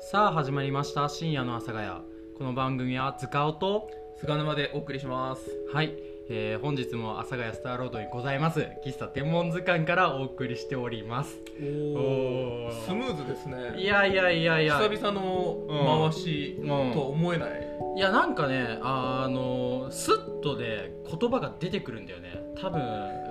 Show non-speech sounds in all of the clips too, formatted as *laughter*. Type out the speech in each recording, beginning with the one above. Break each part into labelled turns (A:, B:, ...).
A: さあ始まりました深夜の阿佐ヶ谷この番組は塚尾と
B: 菅沼でお送りします
A: はい、えー本日も阿佐ヶ谷スターロードにございます喫茶天文図鑑からお送りしております
B: お
A: おー
B: スムーズですね
A: いやいやいやいや
B: 久々の回し
A: うん
B: とは思えない、
A: いやなんかねあのスッとで言葉が出てくるんだよね多分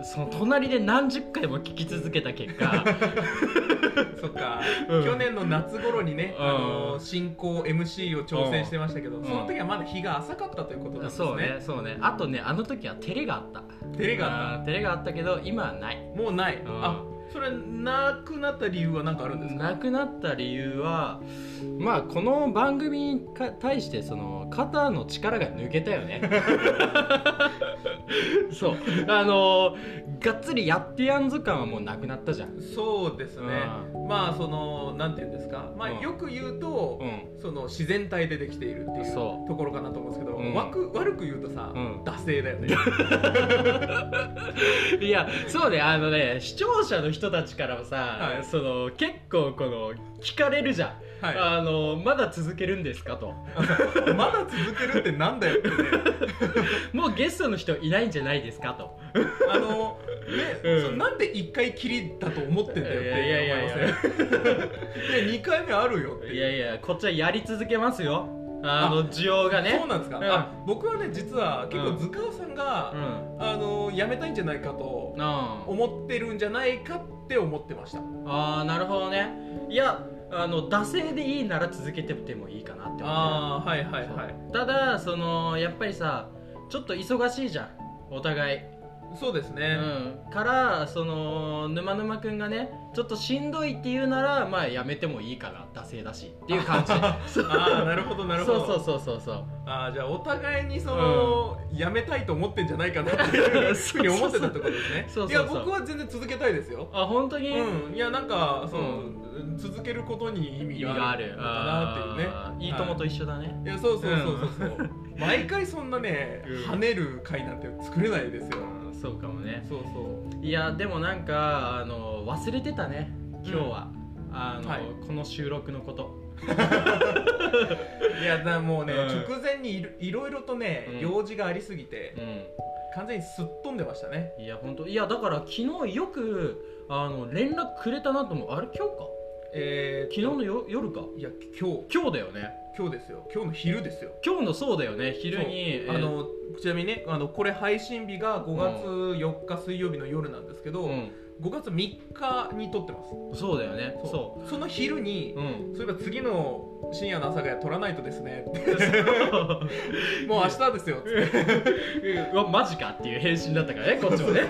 A: その隣で何十回も聞き続けた結果
B: *laughs* そっか、
A: うん
B: 去年の夏頃にね、
A: うん
B: あの進行 MC を挑戦してましたけど、
A: ん
B: その時はまだ日が浅かったということなんですね
A: そうねそうねあとねあの時は照れがあった
B: 照れがあっ
A: あー照れがあったけど今はない
B: たもうない、
A: ん
B: あそれなくなった理由は何かあるんですか
A: なくなった理由はまあこの番組にか対してその肩の力が抜けたよ
B: *laughs*
A: ねそうあのがっつりやってやんぞ感はもうなくなったじゃん
B: そうですね、まあそのなんていうんですか、まあ、
A: うん
B: よく言うと、
A: う
B: その自然体でできているっていう
A: そ
B: ところかなと思うんですけど、
A: うん
B: わく悪く言うとさ、
A: うん
B: 惰性だ
A: *laughs*
B: よね
A: んいやそうねあのね視聴者の人たちからもさ、
B: はい
A: その結構この聞かれるじゃん、
B: は
A: あのまだ続けるんですかと
B: い、まだ続けるってなんだよってね
A: *laughs* もうゲストの人いないんじゃないですかと
B: あのね、
A: うん
B: そなんで1回きりだと思ってんだよっ
A: いやいやいやいや
B: て思いますねいや2回目あるよっていう
A: いやいやこっちはやり続けますよあの需要がね
B: そうなんですか、
A: うん
B: あ僕はね実は結
A: う
B: 構
A: ん
B: 塚尾さんが、
A: うん
B: あの辞めたいんじゃないかと
A: あー
B: 思ってるんじゃないかって思ってました
A: あーなるほどねいやあの惰性でいいなら続けててもいいかなって思
B: ああはいは
A: って
B: い
A: る
B: はい
A: ただそのやっぱりさちょっと忙しいじゃんお互い、
B: そうです
A: う
B: ね、
A: ん、からその沼沼くんがねちょっとしんどいって言うならまあやめてもいいかな惰性だしっていう感じそう
B: ああ *laughs* なるほどなるほど
A: そうそうそうそうそう
B: ああじゃあお互いにその、やめたいと思ってんじゃないかなっていうふうに思ってたってことですね
A: *laughs* そうそうそう
B: いや僕は全然続けたいですよ
A: あ本当に、
B: うんいやなんかその、
A: う
B: 続けることに意
A: 意
B: 味
A: 味が
B: が
A: あ
B: あ
A: る
B: るのかなっていうね
A: あーいいともと一緒だね、
B: いやそうそうそうそうそう、毎回そんなね
A: うん
B: 跳ねる回なんて作れないですよ
A: うんそうかもね
B: そうそう
A: いやでもなんかあの忘れてたね今日は、あの
B: はい
A: この収録のこと
B: いやだもうね、
A: うん
B: 直前にいろいろいろとね、
A: うん
B: 用事がありすぎて、
A: う
B: 完全にすっ飛んでましたね
A: んいや本当いやだから昨日よくあの連絡くれたなと思うあれ今日か
B: え
A: 昨
B: ー、
A: 日のよ夜か
B: いや今日
A: 今日だよね
B: 今日ですよ今日の昼ですよ
A: 今日のそうだよね昼に
B: そうあのちなみにねあのこれ配信日が5月4日水曜日の夜なんですけ
A: え
B: ど、
A: ー
B: 5月3日に撮ってます
A: うんそうだよねそう
B: うその昼に、
A: うん
B: そういえば次の深夜の朝がや撮らないとです
A: *laughs*
B: ね
A: そう
B: もう明日ですよつ
A: *laughs*
B: っ
A: うわマジかっていう返信だったから
B: *laughs*
A: ねこっちもね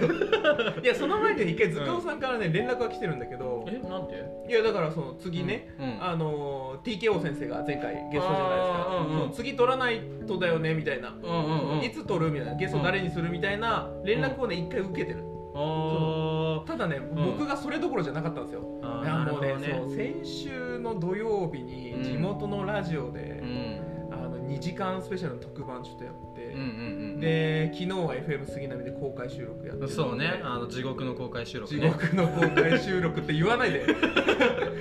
B: ていやその前で一回塚尾さんからね連絡が来てるんだけど
A: えなんて
B: いやだからその次ね、
A: うんうん
B: あのー TKO 先生が前回ゲストじゃないですか
A: あ、ーうんうん
B: その次撮らないとだよねみたいな、
A: うんうんうん
B: いつ撮るみたいなゲスト誰にするみたいな連絡をね一回受けてる
A: あ
B: ただね、
A: ん
B: 僕がそれどころじゃなかったんですよ
A: ーあー
B: いや
A: なる
B: も
A: ほ
B: うね
A: どね
B: そう先週の土曜日に
A: うん
B: 地元のラジオ
A: う
B: で、
A: ん
B: あの2時間スペシャルの特番ちょっとやって、
A: うんうんうん
B: で昨日は FM 杉並で公開収録やって
A: そうねあの地獄の公開収録
B: 地
A: ね
B: 獄の公開収録って言わないで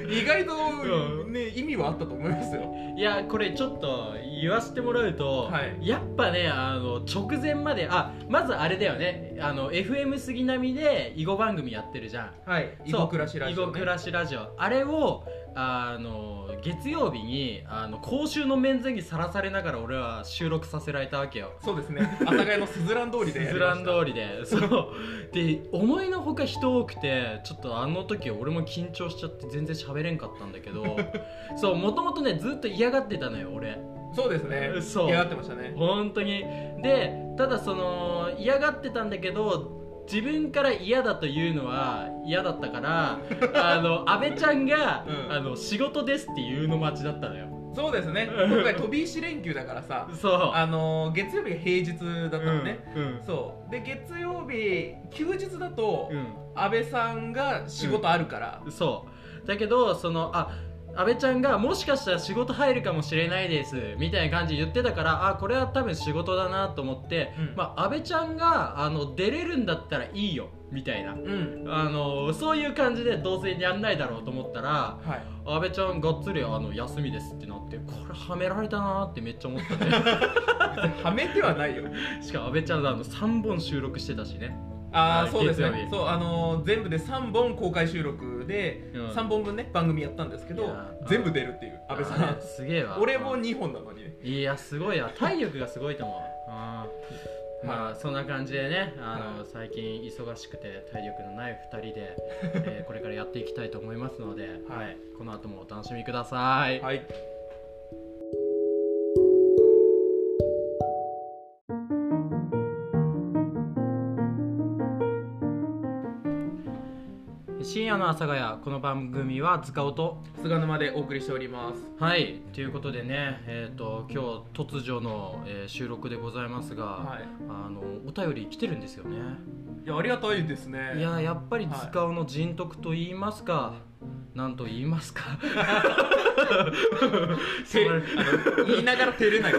B: 意外と、
A: う
B: ね、意味はあったと思いますよ
A: いやこれちょっと言わせてもらうと、
B: はい
A: やっぱねあの直前まであまずあれだよねあの FM 杉並で囲碁番組やってるじゃん
B: はい
A: そう
B: 囲碁暮らしラジ
A: 囲碁
B: オ、ね、
A: 暮らしラジオあれをあの月曜日にあの公衆の面前にさらされながら俺は収録させられたわけよ
B: そうですね阿佐ヶ谷のすずらん通りでや
A: ス
B: り
A: ラ
B: ま
A: ン
B: し
A: 通
B: た
A: りでそうで思いのほか人多くてちょっとあの時俺も緊張しちゃって全然喋れんかったんだけ
B: *laughs*
A: どそうもともとねずっと嫌がってたのよ俺
B: そうですね
A: そう
B: 嫌がってましたね
A: 本当にでただその嫌がってたんだけど自分から嫌だというのは嫌だったから
B: *laughs*
A: あの安倍ちゃんが、
B: うん
A: あの仕事ですっていうの待ちだったのよ
B: そうですね
A: うん
B: 今回飛び石連休だからさ
A: そう
B: あの月曜日が平日だったのね、
A: うんうん
B: そうで月曜日休日だと、
A: うん
B: 安倍さんが仕事あるから、
A: そうだけどそのあ阿部ちゃんがもしかしたら仕事入るかもしれないですみたいな感じで言ってたからあこれは多分仕事だなと思って、
B: うん
A: まあ、安倍ちゃんがあの出れるんだったらいいよみたいな
B: うん
A: あのそういう感じでどうせやんないだろうと思ったら
B: はい
A: 安倍ちゃんがっつりあの休みですってなってこれはめられたなってめっちゃ思ったね
B: *laughs* はめてはないよ
A: しかも安倍ちゃんあの3本収録してたしね、
B: あ
A: は
B: あ
A: い
B: そうです
A: 月曜
B: ね
A: 日
B: そうあのー全部で3本公開収録で
A: うん
B: 3本分ね番組やったんですけ
A: い
B: ど
A: やー
B: 全部出るっていう安倍さ
A: あ
B: ん
A: すげえわ
B: 俺も2本なのにね
A: いやすごいな体力がすごいと思うあーまあそんな感じでねあの、
B: はい
A: 最近忙しくて体力のない2人で、
B: *laughs*
A: えーこれからやっていきたいと思いますので、
B: はい
A: はい、この後もお楽しみください、
B: はい
A: 深夜の阿佐ヶ谷この番組は塚尾と
B: 菅沼でお送りしております
A: はいということでねえっ、と今日突如の、えー収録でございますが、
B: はい
A: あのお便り来てるんですよね
B: いやありがたいですね
A: いややっぱり塚尾の人徳と言いますか、なんと言いますか
B: てあの言いながら照れない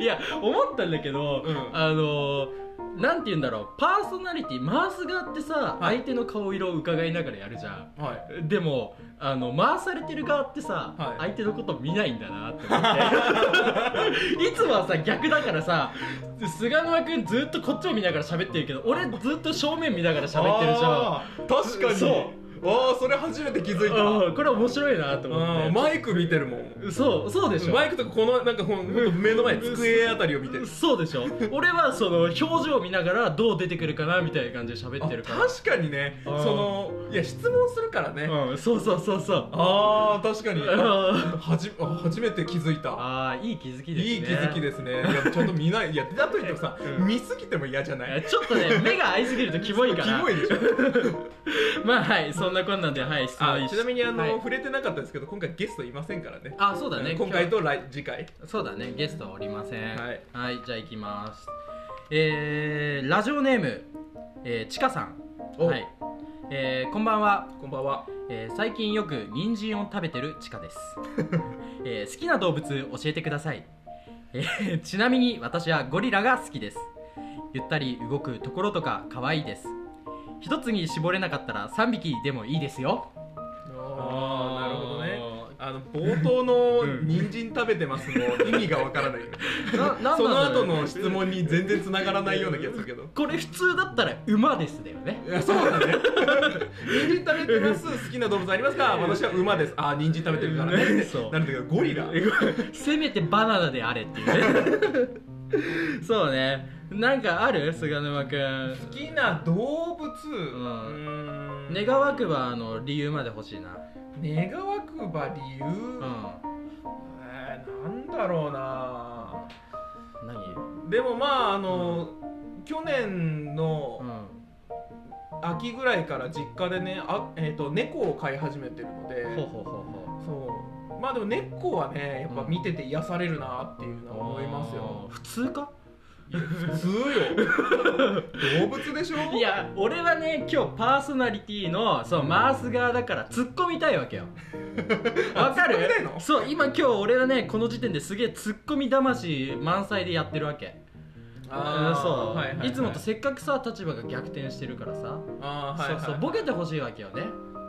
A: いや思ったんだけど、
B: うん
A: あのなんて言うんだろうパーソナリティ回す側ってさ
B: はい
A: 相手の顔色を伺いながらやるじゃ
B: はい
A: んでもあの回されてる側ってさ、
B: はい
A: 相手のこと見ないんだなって
B: *laughs*
A: 思っていつもはさ逆だからさ菅沼君ずっとこっちを見ながら喋ってるけど俺ずっと正面見ながら喋ってるじゃん
B: あー確かに
A: そう
B: ああそれ初めて気づいた
A: うんこれ面白いなと思
B: う
A: っ
B: ん
A: て
B: マイク見てるもん
A: そうそうでしょ
B: マイクとかこのなんかほんほんと目の前机あたりを見てる
A: そうでしょ俺はその表情を見ながらどう出てくるかなみたいな感じで喋ってるから
B: あ確かにねそ
A: あー
B: のいや質問するからね
A: うん、そうそうそうそう
B: あー確かに
A: あ
B: はじあ初めて気づいた
A: *laughs* あーいい気づきですね
B: いい気づきですねいやちょっと見ないいやだといってもさ
A: うん
B: 見すぎても嫌じゃない
A: えちょっと
B: *laughs*
A: ね目が合いすぎるとキモいから
B: キモいでしょ
A: まあはいそんなこんなんではい質問いい
B: あちなみにあの、
A: はい
B: 触れてなかったですけど今回ゲストいませんからね
A: あそうだね
B: 今回と来次回
A: そうだねゲストはおりません
B: はい、
A: じゃあ行きますえー、ラジオネーム、えー、ちかさん
B: お
A: はい、えー、こんばんは
B: こんばんは
A: えー最近よく人参を食べてるチカです、 *laughs* えー好きな動物教えてください、えーちなみに私はゴリラが好きですゆったり動くところとか可愛いです一つに絞れなかったら3匹でもいいですよ
B: ああなるほどねあの冒頭の
A: うん
B: 人参食べてますの意味がわからないよね
A: ななんだ
B: その
A: ろ
B: 後
A: うね
B: の質問に全然繋がらないような気がするけど
A: これ普通だったら馬ですだよね
B: いやそうだね *laughs* 人参食べてます好きな動物ありますか私は馬ですあー人参食べてるからね
A: そう
B: なんだけどゴリラ
A: せめてバナナであれっていう
B: *laughs*
A: ねそうねなんかある菅沼くん
B: 好きな動物
A: ん
B: うーん
A: 願わくばあの理由まで欲しいな
B: 願わくば理由、
A: う
B: えーなんだろうなん
A: 何
B: でもまああの、去年の
A: う
B: 秋ぐらいから実家でねあ、えー、と猫を飼い始めてるので
A: ん、ほうほうほうほ
B: そうまあでも猫はねやっぱ見てて癒されるなっていう
A: う
B: のは思いますよ
A: 普通か
B: いや普
A: *laughs*
B: 通よ動物でしょ
A: いや俺はね今日パーソナリティのそう回す側だから突っ込みたいわけ
B: *laughs*
A: よわかる
B: 突っ込みたいの
A: そう今今日俺はねこの時点ですげえ突っ込み魂満載でやってるわけ
B: あー
A: そう、
B: はいいはい
A: つもとせっかくさ立場が逆転してるからさ、
B: あーはいはい
A: そうそうボケてほしいわけよね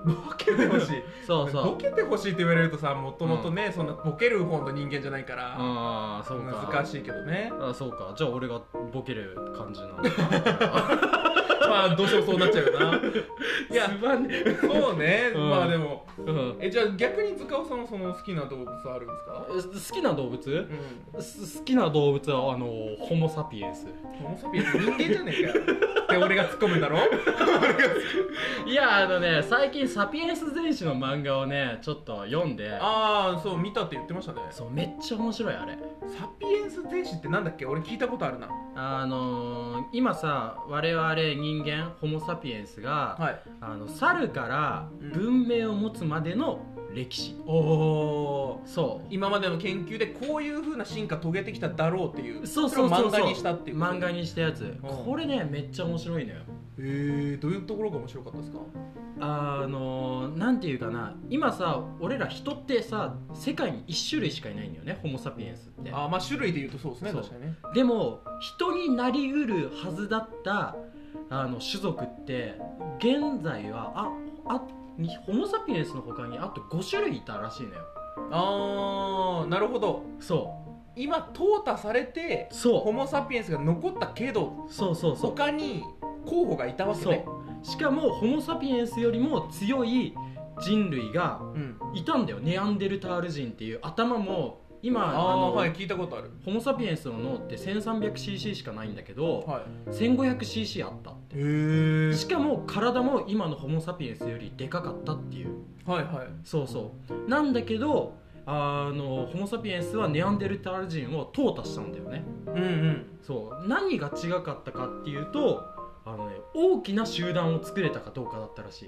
B: ボケてほしい
A: *laughs* そうそう
B: ボケてほしいって言われるとさもともとね、そんなボケる方の人間じゃないから、
A: ああそうか
B: 難しいけどね
A: あそうかじゃあ俺がボケる感じなの
B: まあどうしてもそうなっちゃう
A: *laughs*
B: よな *laughs* いや
A: すまんね
B: そうね、
A: うん
B: まあでも
A: うん
B: えじゃあ逆に塚尾さんはその好きな動物あるんですか
A: え好きな動物、
B: うん
A: す好きな動物はあのホモ・サピエンス
B: ホモサピエンス人間じゃねえかよって俺が突っ込むんだろ
A: いやあのね最近サピエンス全史の漫画をねちょっと読んで
B: ああそう見たって言ってましたね
A: そうめっちゃ面白いあれ
B: サピエンス全史ってなんだっけ俺聞いたことあるな
A: あのー今さ我々人間ホモ・サピエンスが、
B: はい
A: あの猿から文明を持つまでの歴史、
B: おお
A: そう
B: 今までの研究でこういうふうな進化遂げてきただろうっていう
A: そうそうそうそう
B: れを漫画にしたっていうこと
A: 漫画にしたやつ
B: うん
A: これねめっちゃ面白いのよ
B: えー、どういうところが面白かったですか
A: あのなんていうかな今さ俺ら人ってさ世界に1種類しかいないんだよねホモ・サピエンスって
B: あーまあ種類で言うとそうですね
A: そう
B: 確かにね
A: でも人になりうるはずだったあの種族って現在はああにホモ・サピエンスの他にあと5種類いたらしいのよ
B: ああなるほど
A: そ
B: 今淘汰されて
A: うそう
B: ホモ・サピエンスが残ったけど
A: そうそうそう
B: 他に候補がいたわけね
A: そうしかもホモ・サピエンスよりも強い人類が
B: うん
A: いたんだよネアンデルタール人っていう頭も今
B: あ
A: あ
B: あ
A: の、
B: はい聞いたことある
A: ホモ・サピエンスの脳って 1300cc しかないんだけど、
B: はい
A: 1500cc あったっ
B: へ
A: て
B: え
A: しかも体も今のホモ・サピエンスよりでかかったっていう
B: はいはい
A: そうそうなんだけどあのホモ・サピエンスはネアンデルタール人を淘汰したんだよね
B: うんうん
A: そう何が違かったかっていうとあの、ね、大きな集団を作れたかどうかだったらしい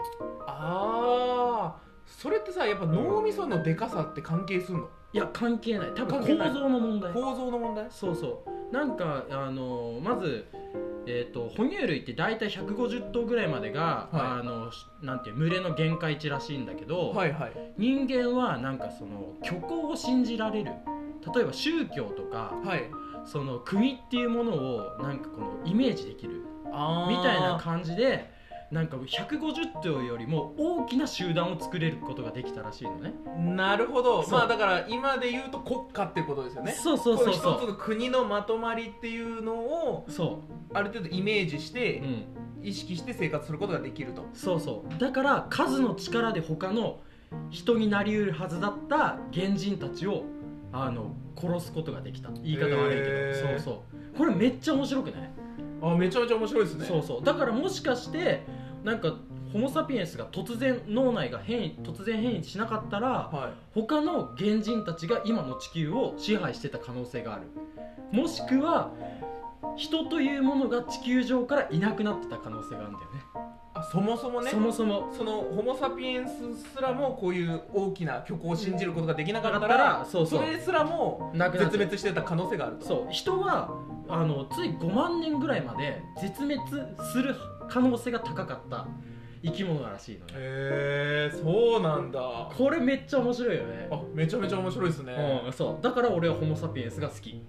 B: ああそれってさやっぱ脳みそのでかさって関係するの、
A: いや関係ない多分
B: 関係ない
A: 構造の問題
B: 構造の問題
A: そうそうなんかあのまず、えー、と哺乳類って大体150頭ぐらいまでが、
B: はい
A: あのしなんていう群れの限界値らしいんだけど、
B: はいはい
A: 人間はなんかその虚構を信じられる例えば宗教とか
B: はい
A: その国っていうものをなんかこのイメージできる
B: あ
A: み
B: ー
A: たいな感じでなんか150頭よりも大きな集団を作れることができたらしいのね
B: なるほど
A: そう
B: まあだから今で言うと国家ってことですよね
A: そうそうそう
B: この一つ
A: そ
B: の国のまとまりっていうのを
A: うそ
B: ある程度イメージして
A: う、うん、
B: 意識して生活することができると
A: そうそうだから数の力で他の人になりうるはずだった原人たちをあの殺すことができた言い方悪いけど、
B: へー
A: そうそうこれめっちゃ面白くない、
B: あめちゃめちゃ面白いですね
A: そうそうだからもしかしてなんかホモ・サピエンスが突然脳内が変異突然変異しなかったら
B: は
A: 他の原人たちが今の地球を支配してた可能性があるもしくは人というものが地球上からいなくなってた可能性があるんだよね
B: いあそもそもね
A: そもそも
B: そのホモ・サピエンスすらもこういう大きな虚構を信じることができなかった
A: だ
B: ら
A: ったらそうそう
B: それすらも
A: なくなっ
B: 絶
A: ちゃう
B: 滅してた可能性があると
A: そう人はあのつい5万年ぐらいまで絶滅する可能性が高かった生き物らしいのね
B: へえそうなんだあ
A: これめっちゃ面白いよね
B: めちゃめちゃ面白いですね、
A: うん、そうだから俺はホモ・サピエンスが好き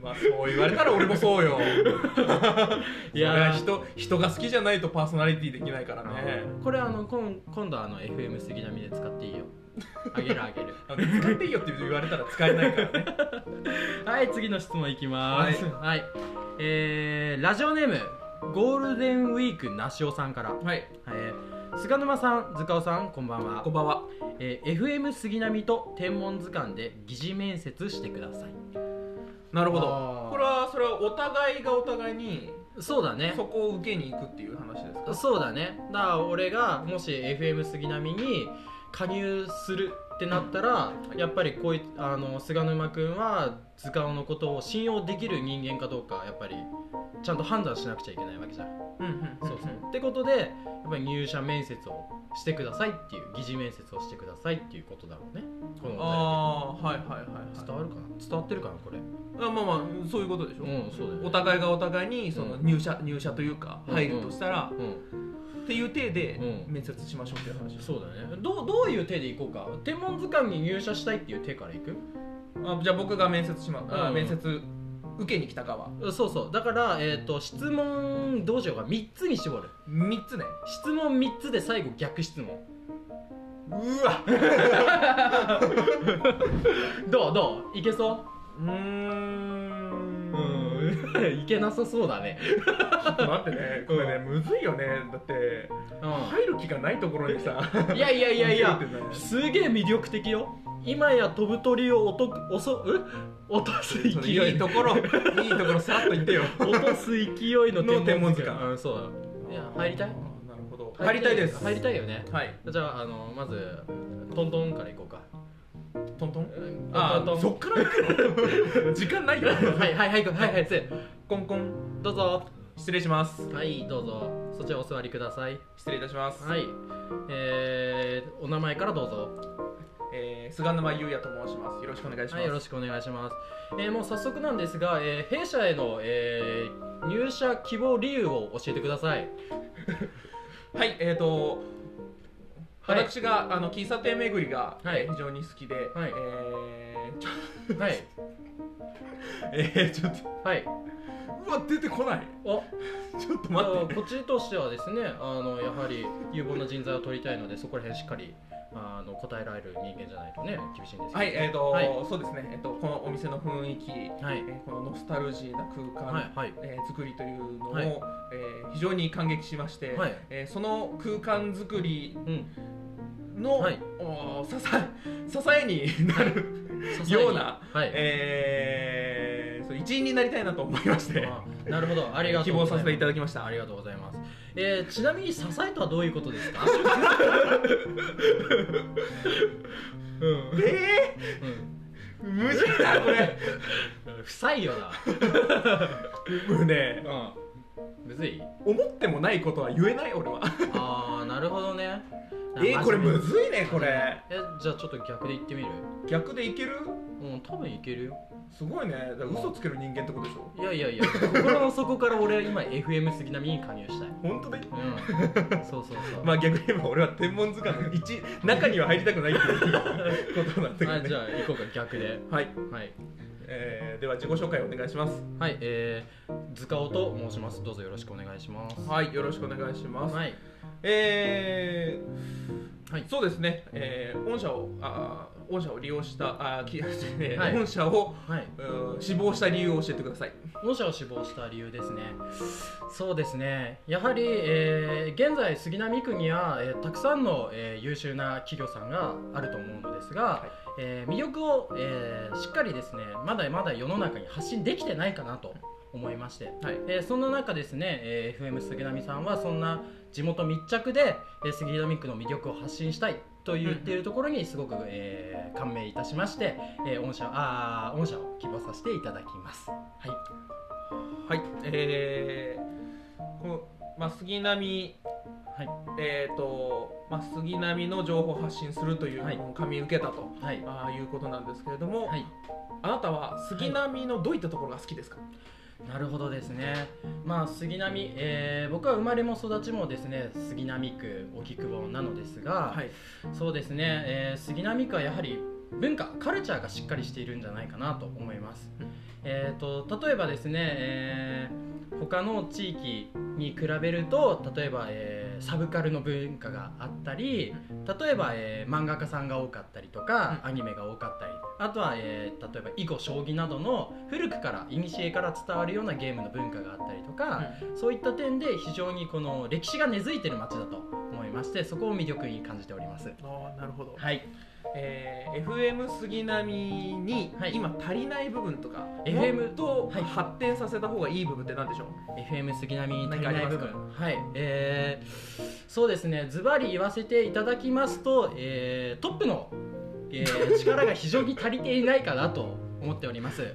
B: まあそう言われたら俺もそうよ
A: *laughs* い
B: い
A: やー
B: や人人が好きじゃないとパーソナリティできないからね
A: これあの今今度あの FM 杉並で使って *laughs* いいよあげるあげる
B: あの使っていいよって言われたら使えな
A: *laughs*
B: いからね
A: はい次の質問いきますはい、えー、ラジオネームゴールデンウィークなしおさんから、
B: はい
A: えー、菅沼さん塚尾さんこんばんは
B: こんばんは
A: えー FM 杉並と天文図鑑で疑似面接してください
B: なるほ
A: あ
B: ど
A: ー
B: これはそれはお互いがお互いに
A: そうだね
B: そこを受けに行くっていう話ですか
A: そうだねだから俺がもし FM 杉並に加入するってなったらやっぱりこういあの菅沼君は図鑑のことを信用できる人間かどうかやっぱりちゃんと判断しなくちゃいけないわけじゃん
B: うんうん
A: そうそうってことでやっぱり入社面接をしてくださいっていう疑似面接をしてくださいっていうことだろうねこのお
B: ああはいはいはい
A: 題
B: は
A: 伝わるかな伝わってるかなこれ
B: いあまあまあそういうことでしょ、
A: うんそうだよね
B: お互いがお互いにその
A: うん
B: 入社、入社というか
A: うん
B: 入るとしたら、
A: うん
B: っていう体で
A: うん
B: 面接しましょうっていう話です、
A: そうだねどうどういう手でいこうか天文図鑑に入社したいっていう手からいく
B: あじゃあ僕が面接しま、あ
A: うん
B: 面接受けに来た側
A: そうそうだから、えー、と質問どうしようか3つに絞る
B: 3つね
A: 質問3つで最後逆質問
B: うわ
A: どうどういけそう
B: ーん
A: ううん *laughs* いけなさそうだね
B: ちょっと待ってねこれねむずいよねだって
A: う
B: 入る気がないところにさ
A: ん *laughs* いやいやいやいや
B: 受けるってね
A: すげえ魅力的よ今や飛ぶ鳥を落とく襲う落とす勢い
B: それいいところいいところさらっと言ってよ
A: *laughs* 落とす勢いの
B: の天文図鑑
A: うんそうだいや入りたい
B: なるほど入りたいです
A: 入りたいよね
B: はい
A: じゃああのまずトントンからいこうか
B: トントン
A: あ
B: あ
A: トント
B: そ
A: ン
B: っから行くの時間ないよ
A: はいはいはいはいはいせ
B: コンコン
A: どうぞ
B: 失礼します
A: はいどうぞそちらお座りください
B: 失礼いたします、
A: はいえー、お名前からどうぞ
B: えー、菅沼優也と申しますよろしくお願いします、
A: はいよろしくお願いします、えーもう早速なんですが、えー弊社への、えー入入社希望理由を教えてください
B: はいえー、と
A: はい
B: 私が、あの喫茶店巡りが、
A: はい
B: えー非常に好きで、
A: はい
B: えーちょ
A: はい
B: *laughs* えーちょっと
A: はいう
B: わ出てこない
A: お
B: ちょっと
A: まあ
B: 待って、
A: こっちとしてはですねあのやはり有望な人材を取りたいのでそこら辺しっかりあの答えられる人間じゃないとね厳しいんですけど
B: はいえーと
A: はい
B: そうですね、えー、とこのお店の雰囲気、
A: はい
B: えーこのノスタルジーな空間、
A: はいはい
B: えー作りというのを、
A: はい
B: えー非常に感激しまして、
A: はい
B: えーその空間作り
A: うん
B: の、
A: はい
B: おー支え *laughs* 支えになる、
A: 支えに
B: ような
A: はい、
B: えーそう一員になりたいなと思いまして
A: あなるほどありがと
B: 希
A: うご
B: 望
A: ざい
B: さ
A: ます
B: せていただきました
A: ありがとうございます、えーちなみに支えとはどういうことですか、 *laughs* うん
B: えー、無事だこれ
A: うん、不採用だ、
B: もうね
A: むずい
B: 思ってもないことは言えない俺は
A: ああなるほどね
B: えー、これむずい
A: い
B: ねこれ
A: えじゃあちょっと逆で言ってみる
B: 逆でいける
A: うん多分いけるよ
B: すごいねだから嘘つける人間ってことでしょ
A: いやいやいや心の底から俺は今 FM 杉並に加入したい
B: 本当で
A: うんそうそう *laughs* そう、
B: まあ逆に言えば俺は天文図鑑の一中には入りたくないっていうことなんだけど、
A: *laughs*
B: ね
A: あ、じゃあ行こうか逆で
B: はい、
A: はい
B: えーでは自己紹介お願いします
A: はい、えー、塚尾と申します。どうぞよろしくお願いします。
B: はいよろしくお願いします、
A: はい、
B: えー
A: はい
B: そうですね、えー御社をあー御社を利用したあーき、えー
A: はい
B: 御社を
A: はい、
B: うん死亡した理由を教えてください
A: 御社を死亡した理由ですね。そうですね。やはり、えー現在杉並区には、えーたくさんの、えー優秀な企業さんがあると思うのですが、
B: い
A: えー魅力を、えーしっかりですね、まだまだ世の中に発信できてないかなと思いまして、
B: はい
A: えーそんな中ですね、えー FM 杉並さんはそんな地元密着で、えー杉並区の魅力を発信したいと言っているところにすごく、えー感銘いたしまして、えー御社あー御社を希望させていただきます。はい、
B: はいえーこのまあ、杉並
A: はい、
B: えーとまあ、杉並の情報を発信するという
A: はい
B: のを受けたと、
A: はい、
B: あーいうことなんですけれども、
A: はい、
B: あなたは杉並のどういったところが好きですか、
A: なるほどですね。まあ杉並、えー僕は生まれも育ちもですね杉並区荻窪なのですが、
B: はい
A: そうですね、えー杉並区はやはり文化カルチャーがしっかりしているんじゃないかなと思います、
B: うん
A: えー、と例えばですね、えー他の地域に比べると例えば、えーサブカルの文化があったり例えば、えー漫画家さんが多かったりとか、アニメが多かったりあとは、えー例えば囲碁将棋などの古くから古から伝わるようなゲームの文化があったりとか、そういった点で非常にこの歴史が根付いてる街だと思いましてそこを魅力に感じております
B: あーなるほど、
A: はい
B: えー FM 杉並に
A: はい
B: 今足りない部分とか、
A: FM
B: もっと
A: はい
B: 発展させた方がいい部分って何でしょう、
A: FM 杉並に足りない部
B: 何かあり
A: 分はいえー、そうですねズバリ言わせていただきますと、えートップの、えー *laughs* 力が非常に足りていないかなと思っております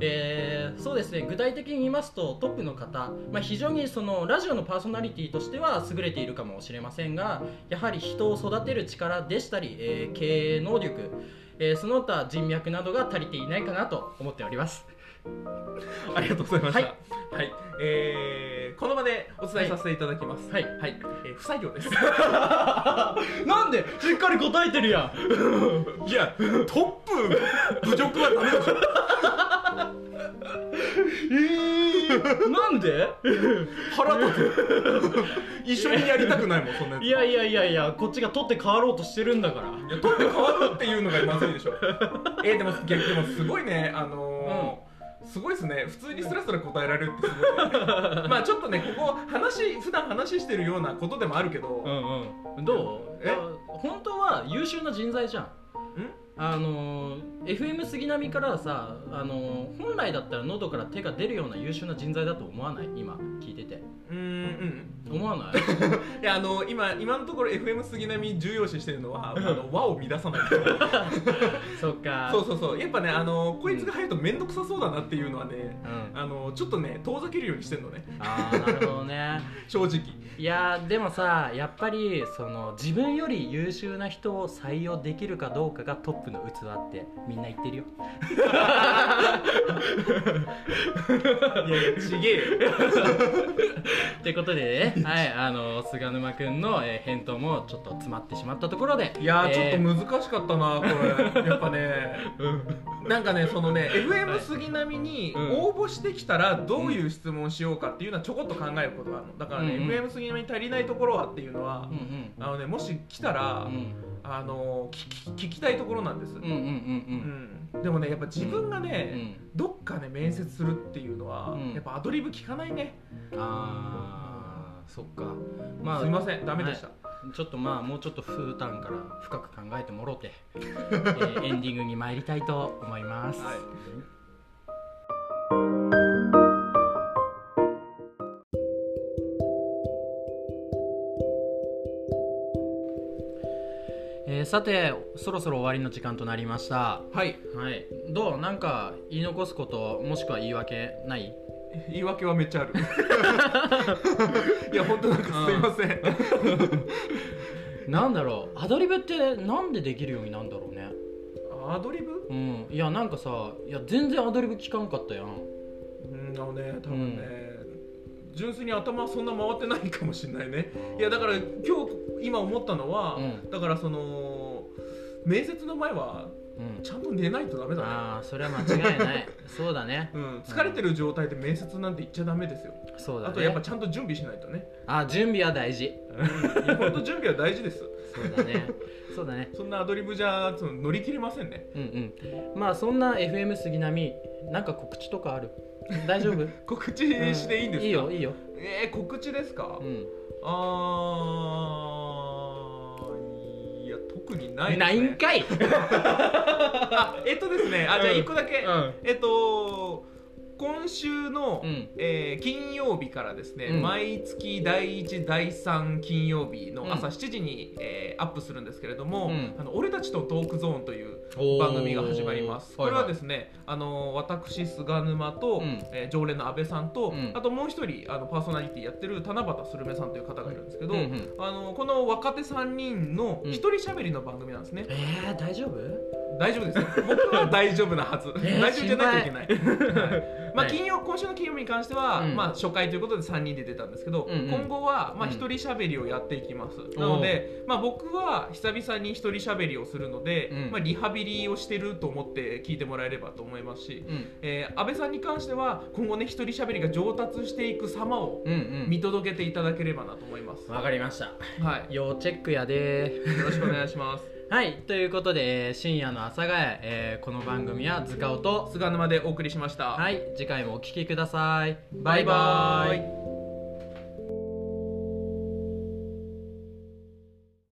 A: えーそうですね具体的に言いますとトップの方、まあ、非常にそのラジオのパーソナリティとしては優れているかもしれませんがやはり人を育てる力でしたり、えー経営能力、えーその他人脈などが足りていないかなと思っております
B: ありがとうございました。
A: は
B: はい、えーこの場でお伝えさせていただきます。
A: はい
B: はい、えー不採用です。
A: *laughs* なんでしっかり答えてるやん
B: いや、トップ侮辱はダメでしょ。
A: なんで
B: 腹立 *laughs* つ。一緒にやりたくないもん、そんなやつ。
A: いやいやいやいやこっちが取って変わろうとしてるんだから
B: いや、トップ変わるっていうのがまずい *laughs* でしょ。えーでも、いやでもすごいね、あのーすごいですね普通にスラスラ答えられるってすごい、 *laughs* ね、まあちょっとねここ話普段話してるようなことでもあるけど、
A: んうんどう
B: え
A: いや本当は優秀な人材じゃん
B: ん
A: あのー FM 杉並からはさ、あのー本来だったら喉から手が出るような優秀な人材だと思わない今聞いてて
B: うーんうん
A: 思わ
B: *laughs*
A: ない
B: いやあの今今のところ FM 杉並重要視してるのはあの和を乱さない *laughs*
A: そっか
B: そうそうそうやっぱねあのこいつが入ると面倒くさそうだなっていうのはね、
A: うん、
B: あのちょっとね遠ざけるようにしてるのね
A: ああなるほどね
B: 正直
A: いやーでもさやっぱりその自分より優秀な人を採用できるかどうかがトップの器ってみんんな言ってるよ
B: いやいやちげえよ
A: ってことでね、はい、あの菅沼くんの、えー返答もちょっと詰まってしまったところで
B: いやー
A: えー
B: ちょっと難しかったなこれやっぱねなんかねそのね FM 杉並に
A: うん
B: 応募してきたらどういう質問しようかっていうのはちょこっと考えることがあるのだからね、
A: うんうん
B: FM 杉並に足りないところはっていうのは
A: う、ん
B: あのねもし来たら、
A: うんうん
B: あの聞き聞きたいところなんです、
A: うんうんうん
B: うんでもねやっぱ自分が
A: うんう
B: ね、
A: ん
B: どっかね面接するっていうのは、
A: うん
B: やっぱアドリブ聞かないね、
A: あーそっかまあ
B: すいませんダメでした、
A: ちょっとまあもうちょっと普段から深く考えてもろ *laughs* て、えーエンディングに参りたいと思います、
B: はい
A: えーさてそろそろ終わりの時間となりました
B: はい
A: はいどうなんか言い残すこともしくは言い訳ない
B: 言い訳はめっちゃあるいや本当なんかすいません、
A: *laughs* なんだろうアドリブってなんでできるようになんだろうね
B: アドリブ
A: うんいやなんかさいや全然アドリブ聞かんかったやん
B: うんあのね多分ね、純粋に頭はそんな回ってないかもしれないねいやだから今日今思ったのは、
A: うん
B: だからその面接の前は
A: うん
B: ちゃんと寝ないとダメだね
A: ああそれは間違いない *laughs* そうだね
B: うん、疲れてる状態で面接なんて行っちゃダメですよ、
A: そうだね
B: あとやっぱちゃんと準備しないとね
A: あ準備は大事
B: 本当準備は大事です
A: そうだね *laughs* そうだね
B: そんなアドリブじゃその乗り切れませんね
A: うんうんまあそんな FM 杉並なんか告知とかある大 *laughs* 丈夫
B: 告知していいんですか、
A: うんいいよいいよ
B: えー、告知ですか、
A: うん
B: あーいや特にないですね
A: ないんかい
B: あえっとですねあじゃあ
A: うん
B: 一個だけ、えっと今週の、
A: うん
B: えー金曜日からですね、
A: うん
B: 毎月第1第3金曜日の朝7時に、えーアップするんですけれども
A: う
B: 「
A: ん
B: あの俺たちとトークゾーン」という
A: *laughs* おー
B: 番組が始まります。これはです
A: い
B: ね、あの私菅沼と、
A: うん
B: えー常連の安倍さんと、
A: うん
B: あともう一人あのパーソナリティやってる七夕するめさんという方がいるんですけど、
A: はいうんうん
B: あのこの若手3人の
A: うん
B: 一人喋りの番組なんですね、
A: えー、大丈夫
B: 大丈夫ですよ僕は大丈夫なはず
A: えー
B: 大丈夫じゃないといけない、はいま
A: は
B: あ、
A: い
B: 金曜今週の金曜日に関しては、
A: うん
B: まあ、初回ということで3人で出たんですけど、
A: うんうん
B: 今後はまあ
A: うん
B: 一人喋りをやっていきます、なので、まあ、僕は久々に一人喋りをするので、
A: うん
B: まあ、リハビリをしてると思って聞いてもらえればと思いますし、
A: うん
B: えー安倍さんに関しては今後ね一人喋りが上達していく様を
A: うん
B: 見届けていただければなと思います、
A: うんわかりました
B: はい
A: 要チェックやでー
B: よろしくお願いします
A: はいということでえー深夜の阿佐ヶ谷、えーこの番組は図鑑と
B: 菅沼でお送りしました。
A: はい次回もお聴きください
B: バイバ
A: バイバーイ
B: イ。